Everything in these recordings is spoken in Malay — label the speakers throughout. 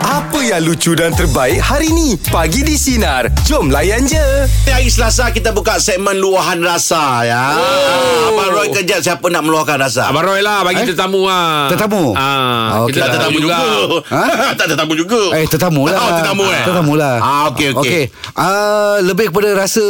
Speaker 1: Apa yang lucu dan terbaik hari ni? Pagi di Sinar. Jom layan je.
Speaker 2: Hari Selasa kita buka segmen luahan rasa ya. Oh. Abang Roy kejap siapa nak meluahkan rasa?
Speaker 3: Abang Roy lah bagi eh? tetamu lah. Ah,
Speaker 4: Tetamu? Ah, okey.
Speaker 3: okay. Kita
Speaker 2: tak tetamu juga.
Speaker 4: Ha?
Speaker 2: tak tetamu juga.
Speaker 4: Eh tetamu lah
Speaker 2: Oh, tetamu eh.
Speaker 4: Tetamu lah
Speaker 2: Ah, okey, okey.
Speaker 4: okay. Uh, Lebih kepada rasa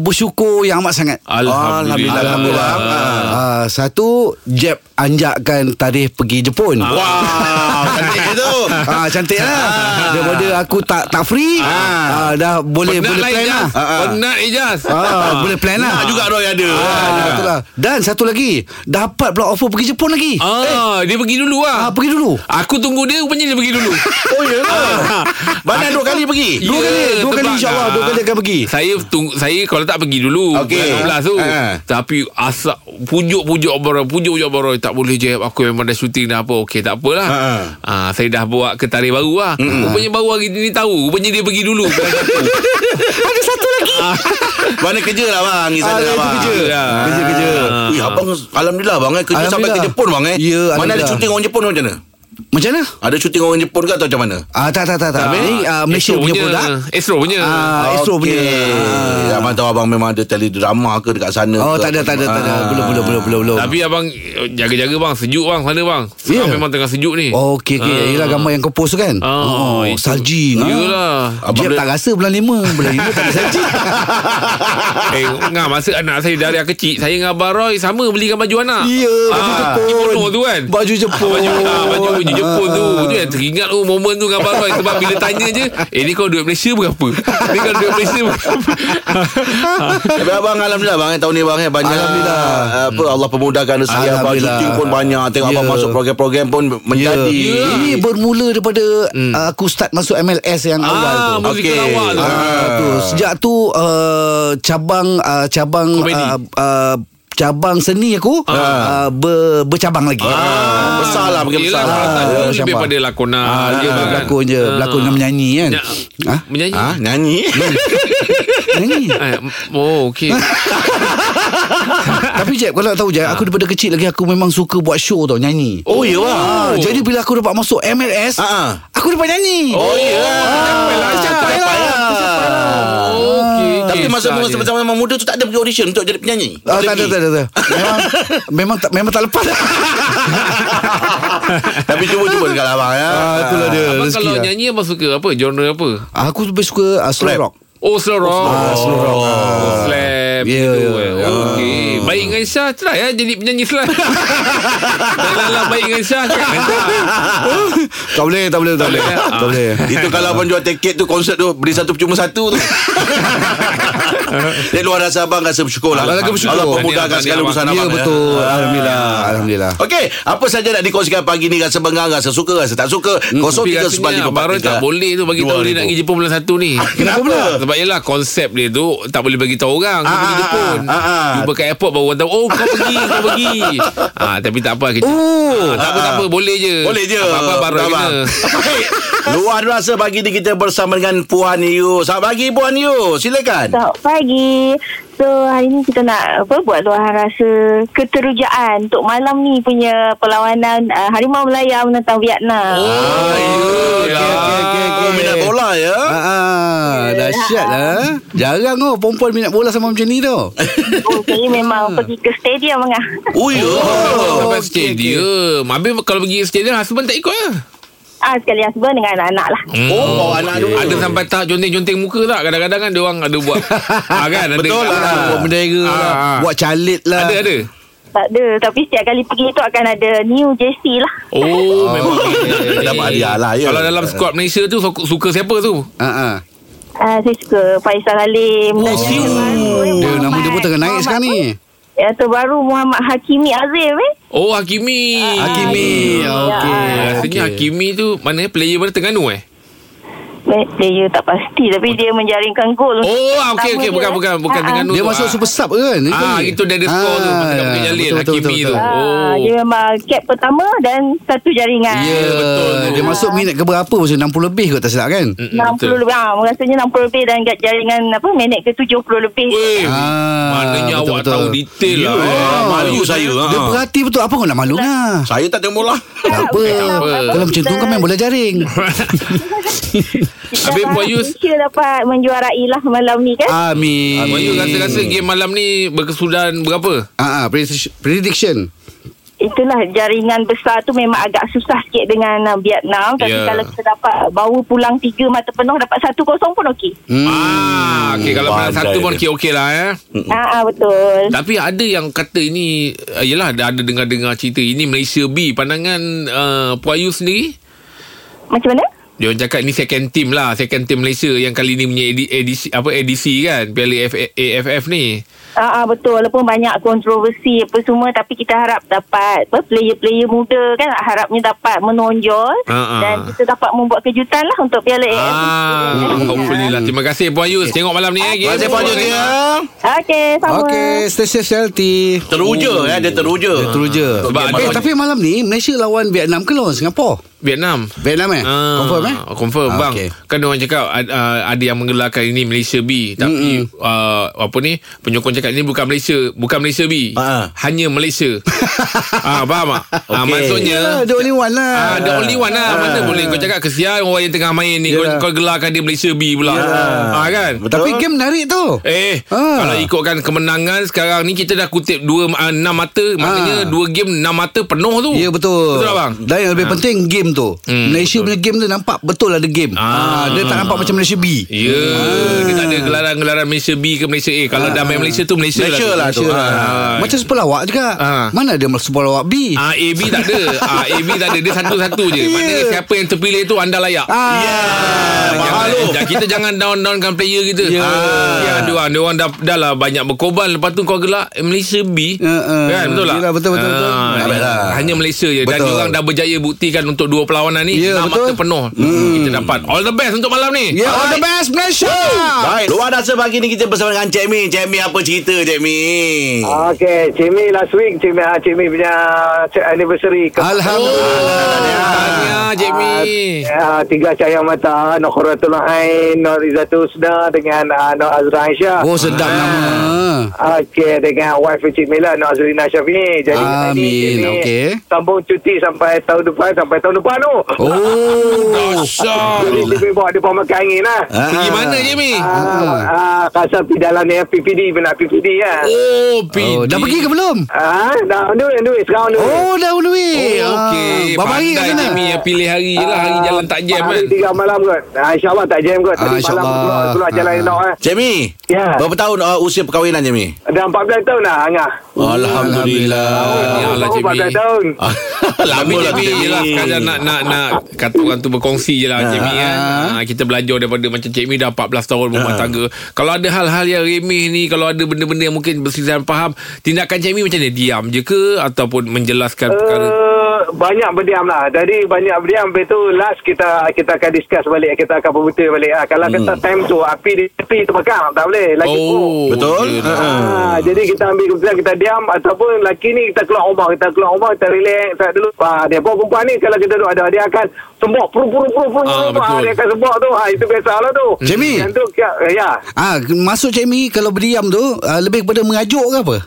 Speaker 4: Bersyukur yang amat sangat
Speaker 3: Alhamdulillah.
Speaker 2: Alhamdulillah.
Speaker 4: Ah. Ah, Satu Jeb anjakkan tarikh pergi Jepun
Speaker 2: Wow, cantik tu.
Speaker 4: Ah cantik lah. Daripada aku tak tak free, ah, dah boleh
Speaker 3: Penat
Speaker 4: boleh
Speaker 3: lah
Speaker 2: Ah,
Speaker 3: Ijaz.
Speaker 4: plan lah.
Speaker 3: Penat Ijaz.
Speaker 4: Ah, boleh plan lah.
Speaker 2: Nak juga Roy ada.
Speaker 4: Ah, itulah. Dan satu lagi, dapat pula offer pergi Jepun lagi.
Speaker 3: Ah, dia pergi dulu
Speaker 4: Ah,
Speaker 3: lah.
Speaker 4: pergi dulu.
Speaker 3: Aku tunggu dia rupanya dia pergi dulu.
Speaker 2: Oh, ya ke? Mana dua kali pergi?
Speaker 4: Dua
Speaker 3: Ya,
Speaker 4: kali, dua kali
Speaker 3: terbang
Speaker 4: insya-Allah,
Speaker 3: lah.
Speaker 4: dua kali akan pergi.
Speaker 3: Saya tunggu saya kalau tak pergi dulu
Speaker 2: Okey.
Speaker 3: bulan 12 tu.
Speaker 2: Ha.
Speaker 4: Ah.
Speaker 3: Tapi asap pujuk-pujuk abang Roy, pujuk-pujuk abang Roy tak boleh je aku memang dah syuting dah apa. Okey tak apalah.
Speaker 2: Ha.
Speaker 4: Ah.
Speaker 3: Ha. saya dah buat ke tarikh baru lah. Rupanya baru hari ni tahu. Rupanya dia pergi dulu. Bukan aku.
Speaker 4: Ah.
Speaker 2: Mana kerja lah bang di sana
Speaker 4: Ah, itu
Speaker 2: bang.
Speaker 4: kerja.
Speaker 2: Ah.
Speaker 4: Kerja-kerja.
Speaker 2: Ui, abang alhamdulillah bang eh kerja sampai ke
Speaker 4: Alhamdulillah.
Speaker 2: Jepun bang eh.
Speaker 4: Ya,
Speaker 2: Mana ada
Speaker 4: alhamdulillah.
Speaker 2: syuting orang Jepun ke macam mana?
Speaker 4: Macam mana?
Speaker 2: Ada syuting orang Jepun ke atau macam mana?
Speaker 4: Ah tak tak tak tak. Ini ah, Malaysia
Speaker 3: Astro
Speaker 4: punya produk.
Speaker 3: Astro punya.
Speaker 4: Ah Astro punya. Ah.
Speaker 2: Ah. Abang tahu abang memang ada teledrama ke dekat sana
Speaker 4: Oh
Speaker 2: ke
Speaker 4: tak ada
Speaker 2: apa
Speaker 4: tak ada
Speaker 2: semua.
Speaker 4: tak ada.
Speaker 2: Ah.
Speaker 4: Belum belum belum belum belum.
Speaker 3: Tapi abang eh, jaga-jaga bang sejuk bang sana bang. Sekarang
Speaker 4: Ya.
Speaker 3: memang tengah sejuk ni.
Speaker 4: Oh, okey okey.
Speaker 3: Ah.
Speaker 4: Yalah gambar yang kau post tu kan.
Speaker 3: Ah,
Speaker 4: Oh,
Speaker 3: itu.
Speaker 4: salji.
Speaker 3: Yalah.
Speaker 4: Abang Jeb
Speaker 2: Abang
Speaker 4: tak rasa bulan 5 Bulan 5 tak ada salji
Speaker 3: Eh, ngah masa anak saya dari kecil saya dengan abang Roy sama belikan baju anak.
Speaker 4: Ya Baju
Speaker 3: Ah,
Speaker 4: Jepun
Speaker 3: kimono tu kan.
Speaker 4: Baju Jepun
Speaker 3: Baju ah, baju baju Jepun tu tu yang teringat oh momen tu dengan abang Roy sebab bila tanya je eh ni kau duit Malaysia berapa? Ni kau duit Malaysia berapa?
Speaker 2: Tapi abang alhamdulillah bang eh, tahun ni bang eh banyak eh,
Speaker 4: Alhamdulillah.
Speaker 2: apa Allah pemudahkan rezeki abang
Speaker 4: Alhamdulillah.
Speaker 2: syuting pun banyak tengok
Speaker 4: Ya.
Speaker 2: abang masuk program-program pun
Speaker 4: Ya.
Speaker 2: menjadi.
Speaker 4: Ini bermula daripada uh, Aku start masuk MLS yang awal
Speaker 3: Hmm. ah,
Speaker 4: tu
Speaker 3: muzik
Speaker 2: Okey.
Speaker 3: awal tu.
Speaker 4: Ah, tu. Sejak tu uh, Cabang uh, Cabang
Speaker 3: Komedi. Ah.
Speaker 4: uh, uh, Cabang seni aku uh, ber, Bercabang lagi
Speaker 2: Ah, besar lah makin
Speaker 3: Yelah,
Speaker 2: besar.
Speaker 3: kalau tak
Speaker 4: Ah,
Speaker 3: dulu lebih
Speaker 4: Syabas.
Speaker 3: pada lakonan
Speaker 4: Ah,
Speaker 3: je,
Speaker 4: ah,
Speaker 3: bang.
Speaker 4: Berlakon je
Speaker 3: Ah.
Speaker 4: Berlakon dengan menyanyi kan
Speaker 3: Ya.
Speaker 4: Ha?
Speaker 3: Menyanyi.
Speaker 2: Ah, nyanyi.
Speaker 4: Menyanyi
Speaker 3: Eh, Oh, okey.
Speaker 4: Tapi Jeb Kalau nak tahu Jeb Aku daripada kecil lagi Aku memang suka buat show tau Nyanyi
Speaker 2: Oh, ya wah.
Speaker 4: Ah, jadi bila aku dapat masuk MLS,
Speaker 2: Ah, ah.
Speaker 4: aku dapat nyanyi.
Speaker 2: Oh, ya.
Speaker 4: tercapai lah, tercapai lah.
Speaker 2: Ah.
Speaker 3: Oh, Okey.
Speaker 2: Tapi masa
Speaker 3: Kisah
Speaker 2: masa
Speaker 3: dia.
Speaker 2: zaman memang muda tu tak ada pergi audition untuk jadi penyanyi.
Speaker 4: Ah, tak ada,
Speaker 2: Lebih.
Speaker 4: tak ada, tak ada. Memang, memang, tak, memang tak lepas.
Speaker 2: Tapi cuba-cuba dekat abang ya.
Speaker 4: ah, itulah dia.
Speaker 3: Abang
Speaker 4: rezeki
Speaker 3: kalau
Speaker 4: lah.
Speaker 3: nyanyi abang suka apa? Genre apa?
Speaker 4: Ah, aku lebih suka uh, slow
Speaker 2: Rap.
Speaker 4: rock.
Speaker 3: Oh, slow rock.
Speaker 4: Ah, slow rock.
Speaker 3: Oh, slap.
Speaker 4: Ya,
Speaker 3: gitu,
Speaker 4: ya.
Speaker 3: eh. Okey. Baik dengan Syah, try ya jadi penyanyi slap. Janganlah baik dengan Syah. kan?
Speaker 4: tak boleh, tak boleh, tak boleh.
Speaker 3: boleh, ah.
Speaker 4: tak boleh.
Speaker 2: Itu kalau abang jual tiket tu Konsert tu Beli satu percuma satu tu Dia luar rasa abang Rasa bersyukur lah
Speaker 4: Abang rasa bersyukur.
Speaker 2: Allah pemudahkan
Speaker 3: Tahniah,
Speaker 2: segala
Speaker 3: tahniah,
Speaker 2: urusan
Speaker 3: abang.
Speaker 4: Ya,
Speaker 2: abang
Speaker 4: betul. Alhamdulillah.
Speaker 3: lah.
Speaker 4: Alhamdulillah.
Speaker 2: Okey, apa saja nak dikongsikan pagi ni rasa bengang, rasa suka, rasa tak suka.
Speaker 3: Hmm, Tapi
Speaker 2: 039543.
Speaker 3: rasanya Abang Roy tak boleh tu Bagi tahu dia nak pergi Jepun bulan 1 ni
Speaker 2: Kenapa pula?
Speaker 3: Sebab yelah konsep dia tu Tak boleh bagi tahu orang Kau
Speaker 2: Ah,
Speaker 3: pergi
Speaker 2: ah,
Speaker 3: Jepun
Speaker 2: ah, ah.
Speaker 3: Jumpa kat airport baru orang tahu Oh kau pergi Kau pergi Ah, Tapi tak apa kita
Speaker 4: Oh.
Speaker 3: Ah, tak apa,
Speaker 2: Ah,
Speaker 3: tak apa.
Speaker 2: ah.
Speaker 3: Boleh je.
Speaker 2: Boleh je.
Speaker 3: Apa-apa baru kena.
Speaker 2: Baik. Luar rasa pagi ni kita bersama dengan Puan Yu. Selamat pagi Puan Yu. Silakan.
Speaker 5: Selamat pagi. So hari ni kita nak apa buat luahan rasa keterujaan untuk malam ni punya perlawanan uh, Harimau Melaya menentang
Speaker 4: Ah.
Speaker 5: Vietnam.
Speaker 3: Oh, ya.
Speaker 4: Okey, okey, okey, okey.
Speaker 2: Oh, minat bola ya.
Speaker 4: Ah, ah, dahsyat lah. Jarang oh perempuan minat bola sama macam ni tau.
Speaker 5: Oh, saya memang pergi ke stadium Angah.
Speaker 2: Oh, ya.
Speaker 3: Oh, sampai
Speaker 4: okey,
Speaker 3: stadium. Habis kalau pergi stadium husband tak ikut lah. Hmm.
Speaker 5: Ah sekali husband dengan anak-anak lah.
Speaker 2: Oh, bawa anak dulu.
Speaker 3: Ada sampai tak jonting-jonting muka tak? Kadang-kadang kan dia orang ada buat. ah, kan? Ada,
Speaker 2: Betul lah.
Speaker 3: ada-
Speaker 4: Buat bendera
Speaker 3: Ah,
Speaker 4: lah.
Speaker 3: ah.
Speaker 4: Buat calit lah.
Speaker 3: Ada, ada.
Speaker 5: Tak ada tapi setiap kali pergi tu akan ada new JC lah.
Speaker 3: Oh, memang.
Speaker 2: Dapat hadiah lah, ya.
Speaker 3: Kalau dalam skuad Malaysia tu suka, suka siapa tu?
Speaker 4: Ah, ah.
Speaker 5: Uh, saya suka Faisal Halim oh,
Speaker 4: siu. Dia nama dia pun tengah naik sekarang ni.
Speaker 5: Yang terbaru Muhammad Hakimi Azim eh.
Speaker 3: Oh, Hakimi. Ah,
Speaker 4: Hakimi.
Speaker 5: Ya.
Speaker 4: Okey.
Speaker 3: Rasanya Hakimi tu mana eh? player mana Terengganu eh?
Speaker 5: Me- Player tak pasti Tapi dia menjaringkan gol
Speaker 3: Oh, ah, okey okey
Speaker 5: Pertama dia.
Speaker 3: bukan bukan bukan
Speaker 5: Ah,
Speaker 3: dengan
Speaker 5: ah.
Speaker 3: Nur.
Speaker 4: Dia
Speaker 3: tu,
Speaker 4: masuk
Speaker 3: ah.
Speaker 4: super sub ke kan?
Speaker 3: Ah,
Speaker 4: Itu ni. Ah,
Speaker 3: itu dia ada skor tu. Masa kat Bukit Jalil,
Speaker 4: betul, betul,
Speaker 3: Hakimi
Speaker 4: betul,
Speaker 3: tu.
Speaker 4: betul.
Speaker 5: Ah,
Speaker 3: Oh.
Speaker 5: Dia memang cap pertama Dan satu jaringan
Speaker 3: Ya,
Speaker 4: Ya,
Speaker 3: betul tu. Mm.
Speaker 4: Dia masuk minit ke berapa? Maksud 60 lebih kot tak silap kan?
Speaker 3: Mm-mm,
Speaker 5: 60
Speaker 3: betul.
Speaker 5: lebih ah, Rasanya 60 lebih Dan kat jaringan apa Minit ke 70 lebih
Speaker 3: Weh,
Speaker 4: Ah,
Speaker 3: maknanya
Speaker 4: betul,
Speaker 3: awak
Speaker 4: betul.
Speaker 3: tahu detail
Speaker 2: Ya,
Speaker 3: lah. eh.
Speaker 2: oh, malu saya.
Speaker 4: Dia
Speaker 3: Ah.
Speaker 2: ha.
Speaker 4: perhati betul apa kau nak malu lah.
Speaker 2: Saya tak tengok bola.
Speaker 5: Ah,
Speaker 4: Tak apa. Kalau macam tu kan main bola jaring.
Speaker 5: Kita
Speaker 3: Habis Ah.
Speaker 5: harap
Speaker 3: Puan Yus.
Speaker 5: Malaysia dapat menjuarai lah malam ni kan
Speaker 4: Amin.
Speaker 3: Abang Yu rasa-rasa
Speaker 2: Hmm.
Speaker 3: game malam ni berkesudahan berapa?
Speaker 4: Ah, ah, prediction- prediction.
Speaker 5: Itulah jaringan besar tu memang agak susah sikit dengan uh, Vietnam Tapi
Speaker 3: Ya.
Speaker 5: kalau kita dapat bawa pulang tiga mata penuh Dapat 1-0 pun okey
Speaker 4: Hmm.
Speaker 3: Ah, okey kalau menang
Speaker 2: Pandai
Speaker 3: satu pun
Speaker 2: dia. Hmm.
Speaker 3: okey okey lah eh.
Speaker 5: ah, ah, Betul
Speaker 3: Tapi ada yang kata ini eh, Yelah ada, ada dengar-dengar cerita Ini Malaysia B Pandangan uh, Puan Yu sendiri
Speaker 5: Macam mana?
Speaker 3: Dia orang cakap ni second team lah Second team Malaysia Yang kali ni punya edi- edisi, apa, edisi kan Piala F- AFF ni
Speaker 5: Ah, ah, betul Walaupun banyak kontroversi apa semua Tapi kita harap dapat apa, Player-player muda kan Harapnya dapat menonjol
Speaker 3: Ah, ah.
Speaker 5: Dan kita dapat membuat kejutan lah Untuk Piala AFC
Speaker 3: Ah, hopefully lah. Terima kasih Puan Yus. Tengok malam ni eh.
Speaker 2: Terima kasih Puan Yus ya.
Speaker 5: Okey sama
Speaker 4: Okey, stay safe, stay healthy.
Speaker 2: Teruja eh, dia teruja.
Speaker 4: Dia teruja.
Speaker 3: Sebab
Speaker 4: eh,
Speaker 3: ada-
Speaker 4: tapi malam ni Malaysia lawan Vietnam ke lawan Singapura?
Speaker 3: Vietnam.
Speaker 4: Vietnam eh?
Speaker 3: Ah,
Speaker 4: Confirm eh?
Speaker 3: Confirm
Speaker 4: Ah,
Speaker 3: bang.
Speaker 4: okey.
Speaker 3: Kan orang cakap ad- ah, ada yang menggelarkan ini Malaysia B tapi uh, apa ni penyokong cakap ini bukan Malaysia, bukan Malaysia B.
Speaker 2: Ah.
Speaker 3: Hanya Malaysia. ah faham tak? Ah
Speaker 2: Okey.
Speaker 3: maksudnya
Speaker 4: Yalah, the only one lah.
Speaker 3: Ah, the only one lah Mana boleh kau cakap Kesian orang yang tengah main ni kau,
Speaker 4: Yalah.
Speaker 3: kau gelarkan dia Malaysia B pula ah, kan
Speaker 4: Tapi game menarik tu.
Speaker 3: Eh,
Speaker 4: Ya. Ah.
Speaker 3: kalau ikutkan kemenangan sekarang ni kita dah kutip dua uh, enam mata, maknanya dua game enam mata penuh tu.
Speaker 4: Ah. Ya betul
Speaker 3: Betul tak bang? Ha.
Speaker 4: Dan yang lebih penting game tu
Speaker 3: Hmm,
Speaker 4: Malaysia punya game tu nampak betul ada game
Speaker 3: Ah.
Speaker 4: ah. Dia tak nampak macam Malaysia B
Speaker 3: Ya,
Speaker 4: Ah.
Speaker 3: dia tak ada gelaran-gelaran Malaysia B ke Malaysia A. Kalau dah main Malaysia tu Malaysia,
Speaker 2: Malaysia lah
Speaker 3: tu.
Speaker 2: tu.
Speaker 3: Ah.
Speaker 4: Macam sepelawak juga
Speaker 3: Ah.
Speaker 4: Mana ada sepelawak B
Speaker 3: Ah, A, B tak ada. Ah, A, B tak ada. Dia satu-satu
Speaker 4: Ya.
Speaker 3: je. Maknanya siapa yang terpilih tu anda layak.
Speaker 4: Ah.
Speaker 3: Ah,
Speaker 2: Mahal
Speaker 3: jangan,
Speaker 2: tu.
Speaker 3: jangan- kita jangan down-downkan player kita.
Speaker 4: Ya.
Speaker 3: Ah, ya, dia orang, dia orang dah, dah lah banyak berkorban. Lepas tu kau gelak eh, Malaysia B.
Speaker 4: Ya, ah.
Speaker 3: Kan, betul tak?
Speaker 4: Yelah, betul, betul, betul.
Speaker 3: Ah,
Speaker 4: Baik lah.
Speaker 3: Hanya Malaysia je. Dan
Speaker 4: Betul.
Speaker 3: dia orang dah berjaya buktikan untuk dua perlawanan ni.
Speaker 4: Ya,
Speaker 3: enam
Speaker 4: betul. Hmm. Ya.
Speaker 3: mata penuh. Kita dapat. All the best untuk malam ni.
Speaker 4: Yeah, all the best Malaysia
Speaker 2: Baik. Luar dasar pagi ni kita bersama dengan Cik Mi. Cik Mi apa cerita Cik Mi?
Speaker 6: Ah. Okey, Cik Mi last week Cik Mi, ah, Cik Mi punya anniversary ke
Speaker 4: Ah. Alhamdulillah
Speaker 3: Tahniah, Cik Mi.
Speaker 6: Ah, tiga cahaya mata Nukhratul Ain Norizatul Husna dengan ah, Nur Azra Aisyah
Speaker 4: Oh sedap nama
Speaker 6: Okey dengan wife Cik Mila Nur Azrina Syafi'i Jadi hari ni,
Speaker 4: Amin,
Speaker 6: Cik Mi
Speaker 4: okey.
Speaker 6: Sambung cuti sampai tahun depan Sampai tahun depan tu
Speaker 4: Oh
Speaker 6: Jadi
Speaker 3: Dahsyat.
Speaker 6: Cik Mi bawa dia pemakai angin lah
Speaker 4: Ah.
Speaker 3: Pergi mana, Cik Mi?
Speaker 6: Ah, ah, Kasar pergi dalam ni PPD Benar PPD kan
Speaker 3: Oh, PD.
Speaker 4: Oh, dah pergi ke belum?
Speaker 6: Ah, dah on the way, on the way, sekarang on the way.
Speaker 4: Oh, dah on the way.
Speaker 3: Oh, okey.
Speaker 4: Ah, Berapa hari kat
Speaker 3: Pandai
Speaker 4: sana?
Speaker 3: Jimmy yang pilih hari je lah. Hari
Speaker 6: Ah,
Speaker 3: jalan tak jam
Speaker 6: Hari
Speaker 3: kan.
Speaker 6: tiga malam kot. Ah, InsyaAllah tak jam kot.
Speaker 4: Ah,
Speaker 6: Tadi malam
Speaker 4: insyaAllah.
Speaker 6: keluar, keluar jalan
Speaker 4: Ah.
Speaker 6: elok eh.
Speaker 2: Cik Mi.
Speaker 6: Ya.
Speaker 2: Berapa tahun uh, usia perkahwinan Cik Mi?
Speaker 6: Dah 14 tahun dah Angah.
Speaker 2: Alhamdulillah.
Speaker 3: Ya lah,
Speaker 6: Baru
Speaker 3: Cik Mi.
Speaker 6: 14 tahun.
Speaker 3: Tapi
Speaker 2: Lama lah Cik
Speaker 3: Jimmy
Speaker 2: Mi. Ah,
Speaker 3: je lah. Kadang nak, nak, nak. Kata orang tu berkongsi je lah Cik Mi kan. Ah, Kita belajar daripada macam Cik Mi dah 14 tahun rumah tangga. Kalau ada hal-hal yang remeh ni. Kalau ada benda-benda yang mungkin berselisih faham. Tindakan Cik Mi macam mana? Diam je ke? Ataupun menjelaskan perkara?
Speaker 6: Uh, banyak berdiam lah Jadi banyak berdiam Lepas tu last kita Kita akan discuss balik Kita akan berbuta balik ah, Kalau kata
Speaker 3: Hmm.
Speaker 6: time tu Api di api terbakar Tak boleh Lagi oh.
Speaker 2: Betul?
Speaker 3: dia-
Speaker 2: Ha.
Speaker 6: Ah, jadi kita ambil keputusan kita diam ataupun lelaki ni kita keluar rumah kita keluar rumah kita relax tak dulu ah, dia pun perempuan ni kalau kita duduk ada dia akan sembok puru puru puru puru
Speaker 3: Ah, betul.
Speaker 6: dia akan sembok tu ah, itu biasalah tu
Speaker 4: Jamie.
Speaker 6: yang tu ya, ya.
Speaker 4: Ah, masuk Cik Mi kalau berdiam tu ah, lebih kepada mengajuk ke apa?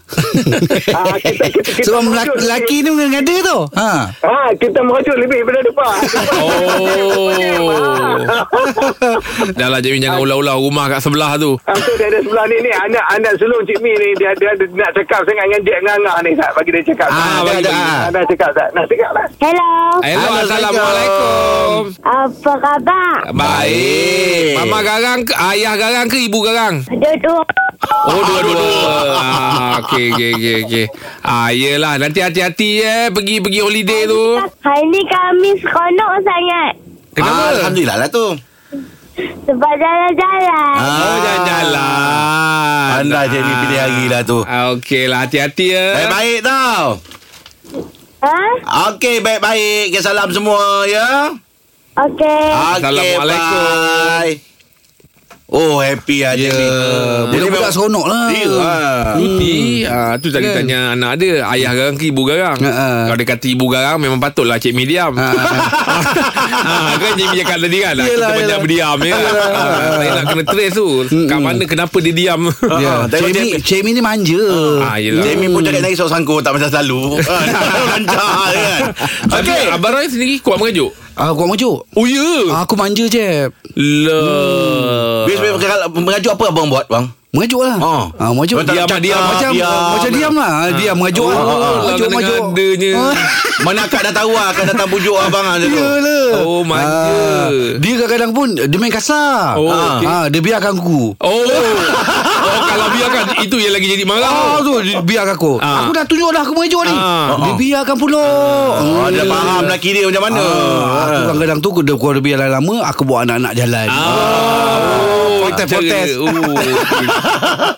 Speaker 6: Ah, kita- kita- kita
Speaker 4: Sebab
Speaker 6: mengajuk.
Speaker 4: lelaki ni mengada tu. Ha.
Speaker 6: Ha, kita merajuk lebih daripada depan.
Speaker 3: Oh. Dah lah Jamie jangan ulang-ulang rumah kat sebelah tu.
Speaker 6: Ha, tu dia ada sebelah ni ni anak anak sulung Cik Mi ni dia dia, dia nak cakap sangat dengan Jack Ngangah ni tak bagi dia cakap.
Speaker 3: Ah,
Speaker 6: Ah,
Speaker 3: bagi-
Speaker 6: dia nak cakap tak? Nak cakap tak?
Speaker 5: Hello
Speaker 3: Hello, Assalamualaikum.
Speaker 5: Apa khabar?
Speaker 3: Baik. Mama garang ke ayah garang ke ibu garang?
Speaker 5: Duduk
Speaker 3: Oh dua-dua. ah, okey okey okey okey. Ah yelah nanti hati-hati eh pergi pergi holiday tu.
Speaker 5: Hari ni kami seronok sangat
Speaker 2: Ah,
Speaker 3: Kenapa?
Speaker 2: Alhamdulillah lah tu. Ah,
Speaker 5: Sebab jalan-jalan
Speaker 3: Oh jalan-jalan.
Speaker 2: Pandai Cik Mi pilih hari lah tu.
Speaker 3: Ah, okey lah hati-hati ya.
Speaker 2: Baik-baik tau.
Speaker 5: Ha?
Speaker 2: Okey, baik-baik. Okay, salam semua, ya.
Speaker 5: Okey.
Speaker 2: Okay,
Speaker 3: Ah, Assalamualaikum.
Speaker 2: bye. Oh happy lah yeah. Jamie
Speaker 4: Boleh budak seronok lah.
Speaker 2: Ya lah.
Speaker 3: Cuti ah tu tadi
Speaker 4: Kan?
Speaker 3: tanya anak dia ayah garang ke ibu garang.
Speaker 4: Ha, ha.
Speaker 3: Kalau dia kata ibu garang memang patutlah Cik Mi diam.
Speaker 4: Ha, ha,
Speaker 3: Ha kan Cik Mi cakap tadi kan
Speaker 4: Yelah,
Speaker 3: kita banyak
Speaker 4: yelah.
Speaker 3: berdiam ya. Ha, Saya nak kena trace tu. Kat mana kenapa dia diam?
Speaker 4: Ya.
Speaker 2: Ah, tengok
Speaker 4: Cemi,
Speaker 2: dia-
Speaker 4: Cemi ni manja.
Speaker 3: Ah yelah.
Speaker 2: Jamie pun cakap lagi sok sangkut Tak macam selalu Ah, Lancar je kan
Speaker 3: Okay.
Speaker 2: Okay
Speaker 3: Abang Rai sendiri kuat mengajuk.
Speaker 4: Ah, kau maju.
Speaker 3: Oh ya. Yeah.
Speaker 4: Aku manja je. Hmm.
Speaker 3: Lah.
Speaker 2: Bis, bis, kalau Mengajuk apa abang buat bang
Speaker 4: Mengajuk lah.
Speaker 2: Oh.
Speaker 4: Ah, mengajuk.
Speaker 2: Dia tak-
Speaker 4: diam,
Speaker 2: tak-
Speaker 4: macam
Speaker 2: diam.
Speaker 4: macam diam lah. Diam mengajuk lah.
Speaker 3: ah.
Speaker 4: Mengajuk, mengajuk.
Speaker 3: Adanya.
Speaker 4: Ah,
Speaker 2: Mana akak dah tahu lah Akak datang pujuk abang lah macam tu
Speaker 4: Yalah.
Speaker 3: Oh, manja.
Speaker 4: Ah, dia kadang-kadang pun dia main kasar.
Speaker 3: Oh,
Speaker 4: Ah,
Speaker 3: okey.
Speaker 4: ah, dia biarkan aku.
Speaker 3: Oh. oh kalau biarkan itu yang lagi jadi marah.
Speaker 4: Ah tu dia biarkan aku.
Speaker 3: Oh. Ah.
Speaker 4: Aku dah tunjuk dah aku mengajuk ni.
Speaker 3: Ah.
Speaker 4: Dia biarkan pula.
Speaker 2: Oh,
Speaker 4: Ah,
Speaker 2: dia dah faham lelaki dia macam mana
Speaker 4: Ah, aku kadang-kadang tu Kalau kalau lebih lama Aku bawa anak-anak jalan
Speaker 3: Ah. Oh,
Speaker 4: Protes,
Speaker 3: cara-
Speaker 4: protes.
Speaker 3: Oh, okey.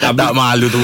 Speaker 2: Tak malu tu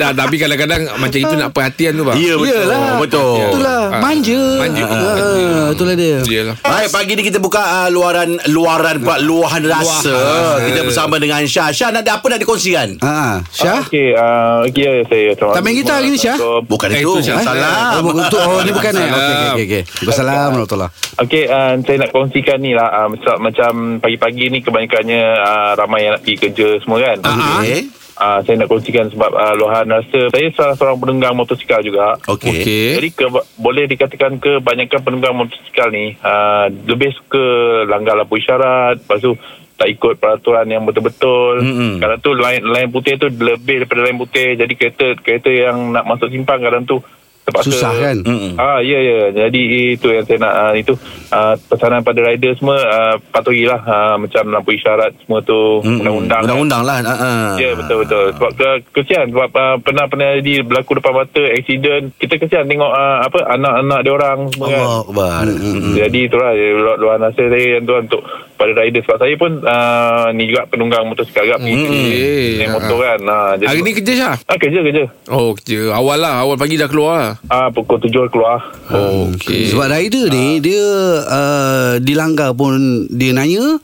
Speaker 3: Dah, tapi kadang-kadang macam itu nak perhatian tu bang.
Speaker 2: Ya betul
Speaker 4: Yelah.
Speaker 2: Betul
Speaker 4: Itulah
Speaker 3: Ah.
Speaker 4: Manja
Speaker 3: Manja.
Speaker 4: Ah, Itulah dia
Speaker 3: Yelah.
Speaker 2: Baik pagi ni kita buka uh, luaran luaran pula luahan rasa.
Speaker 3: rasa.
Speaker 2: Kita bersama dengan Syah. Syah nak ada apa nak dikongsikan?
Speaker 4: Ah, Syah
Speaker 7: Okey, uh, ya saya
Speaker 4: Tak main gitar hari ni, Syah?
Speaker 2: Bukan
Speaker 3: Eh,
Speaker 2: itu.
Speaker 3: tu Syah.
Speaker 2: Salah.
Speaker 4: Oh, bukan- tu, oh ni bukan eh. Okey
Speaker 3: Salam.
Speaker 4: okey okey. Assalamualaikum warahmatullahi.
Speaker 7: Okey, uh, saya nak kongsikan ni lah uh, macam, macam pagi-pagi ni kebanyakannya uh, ramai yang nak pergi kerja semua kan.
Speaker 3: Ah.
Speaker 2: Okey.
Speaker 7: Uh, saya nak kongsikan sebab uh, luahan rasa saya salah seorang penunggang motosikal juga.
Speaker 2: Okey.
Speaker 3: Okey.
Speaker 7: Jadi ke, boleh dikatakan kebanyakan penunggang motosikal ni uh, lebih suka langgar lampu isyarat, lepas tu tak ikut peraturan yang betul-betul.
Speaker 2: Mm-mm.
Speaker 7: Kadang tu lain lain putih tu lebih daripada lain putih. Jadi kereta kereta yang nak masuk simpang kadang tu terpaksa
Speaker 3: Eh,
Speaker 4: Susah kan?
Speaker 3: mm.
Speaker 2: Mm-mm.
Speaker 7: Ah ya ya jadi itu yang saya nak ah, itu ah, pesanan pada rider semua ah, patuhilah ah, macam lampu isyarat semua tu
Speaker 2: Mm-mm.
Speaker 7: undang-undang.
Speaker 2: Undang-undang
Speaker 4: Ah,
Speaker 2: lah. Ha, ha.
Speaker 7: Ya betul betul sebab ke, kesian sebab ah, pernah pernah jadi berlaku depan mata aksiden kita kesian tengok ah, apa anak-anak dia orang semua kan.
Speaker 2: Allah Akbar. Mm-mm.
Speaker 7: Jadi itulah ya, luar, luar nasihat saya yang tu lah untuk pada rider sebab saya pun ah, ni juga penunggang motosikal juga pergi
Speaker 3: Okey.
Speaker 7: naik motor kan. Ah, jadi,
Speaker 3: Hari ni kerja Syah?
Speaker 7: ah, kerja kerja.
Speaker 3: Oh, kerja. Awal lah. Awal pagi dah keluar lah.
Speaker 7: Ah pukul 7 keluar.
Speaker 3: Oh, okey. Ah.
Speaker 4: Sebab rider ni dia uh, dilanggar pun dia nanya,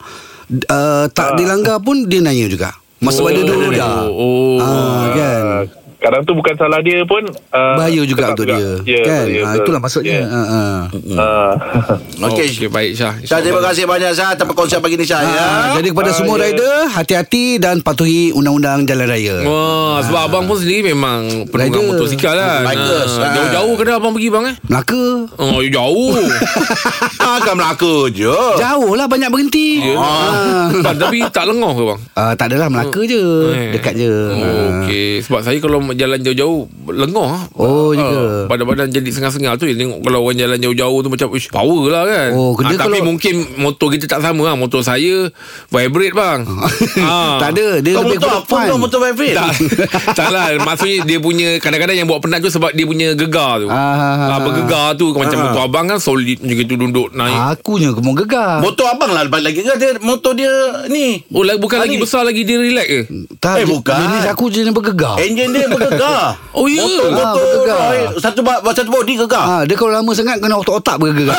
Speaker 4: uh,
Speaker 7: Ah.
Speaker 4: tak dilanggar pun dia nanya juga. Masa oh, ada
Speaker 3: oh,
Speaker 4: dulu dah.
Speaker 3: oh.
Speaker 4: Ah, kan.
Speaker 7: Ah, kadang tu bukan salah dia pun uh,
Speaker 4: Bahaya juga untuk dia.
Speaker 7: Ya,
Speaker 4: kan?
Speaker 7: ya,
Speaker 4: Ah,
Speaker 7: betul.
Speaker 4: itulah maksudnya.
Speaker 7: Ya.
Speaker 4: Ah, ah.
Speaker 7: Ah.
Speaker 2: Okey.
Speaker 3: Okey, baik Syah.
Speaker 2: Syah terima kasih banyak Syah atas perkongsian pagi ni Syah. ya.
Speaker 4: Ah, Jadi kepada semua rider hati-hati dan patuhi undang-undang jalan raya.
Speaker 3: Oh. Wah, sebab abang pun sendiri memang penunggang
Speaker 4: Rider.
Speaker 3: motosikal kan.
Speaker 2: Bikers,
Speaker 3: Ah,
Speaker 2: ah.
Speaker 3: Jauh-jauh ke dah abang pergi bang eh?
Speaker 4: Melaka
Speaker 3: Oh, jauh.
Speaker 2: Akan Melaka je.
Speaker 4: jauh lah banyak berhenti. Ah.
Speaker 3: Ah, Tapi tak lengoh ke bang?
Speaker 4: Ah, tak adalah Melaka je.
Speaker 3: Eh.
Speaker 4: Dekat je. Ah.
Speaker 3: Oh, Okey, sebab saya kalau jalan jauh-jauh lengoh ah.
Speaker 4: Oh,
Speaker 3: Ah,
Speaker 4: juga.
Speaker 3: Badan-badan jadi sengal-sengal tu yang tengok kalau orang jalan jauh-jauh tu macam ish power lah kan. ah,
Speaker 4: Oh, kedai
Speaker 3: tapi
Speaker 4: kalau-
Speaker 3: mungkin motor kita tak sama lah. Motor saya vibrate bang. ah.
Speaker 4: tak ada dia
Speaker 2: Kau
Speaker 4: lebih
Speaker 2: motor
Speaker 4: kurang
Speaker 2: apa
Speaker 4: fun.
Speaker 2: kau motor vibrate?
Speaker 3: Tak, tak lah Maksudnya dia punya Kadang-kadang yang buat penat tu Sebab dia punya gegar tu
Speaker 4: Ah. Ah.
Speaker 3: ah, Bergegar tu Macam
Speaker 2: Ah.
Speaker 3: motor abang kan Solid macam gitu Duduk naik
Speaker 4: Aku je mau gegar.
Speaker 2: Motor abang lah lagi ke dia motor dia ni.
Speaker 3: Oh la- bukan lagi
Speaker 2: Ni.
Speaker 3: besar lagi Dia relax ke
Speaker 4: tak,
Speaker 2: Eh, bukan.
Speaker 4: Jenis aku jenis bergegar.
Speaker 3: Eh,
Speaker 2: Enjin dia bergegar.
Speaker 3: Oh, ya?
Speaker 2: Motor
Speaker 3: Ah,
Speaker 2: motor
Speaker 4: lah, bergegar.
Speaker 2: Roy, satu ba- satu body
Speaker 3: ya.
Speaker 2: gegar.
Speaker 4: Ah, dia kalau lama sangat kena otak-otak bergegar.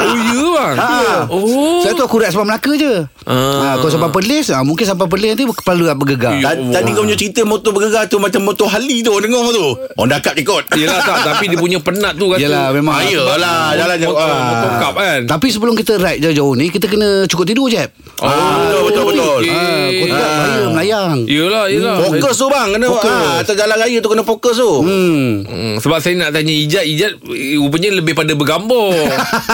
Speaker 3: Oh ya bang Oh
Speaker 4: Saya tu aku react sebab Melaka je.
Speaker 3: Ah. Ya,
Speaker 4: Ah, kalau sampai Perlis, ah, mungkin sampai Perlis nanti kepala dah bergegar.
Speaker 2: Ta- Tadi kau punya cerita motor bergegar tu macam motor Harley tu orang dengar tu. Oh dakap ikut.
Speaker 3: Yelah tak Tapi dia punya penat tu kata
Speaker 4: Yelah, memang.
Speaker 2: Ah,
Speaker 3: lah.
Speaker 2: Ayolah jalan jauh.
Speaker 3: Motor,
Speaker 2: Ah.
Speaker 3: motor cup kan
Speaker 4: Tapi sebelum kita ride jauh-jauh ni, kita kena cukup tidur je.
Speaker 2: Ah,
Speaker 4: Oh,
Speaker 2: betul betul betul.
Speaker 3: okey.
Speaker 4: Ah, kau tidak bahaya melayang.
Speaker 3: Yelah yelah
Speaker 2: Fokus tu bang kena
Speaker 4: Fokus.
Speaker 2: ah atas jalan raya tu kena fokus tu.
Speaker 4: Eh, Hmm.
Speaker 3: Hmm, sebab saya nak tanya Ijat Ijat eh, rupanya lebih pada bergambar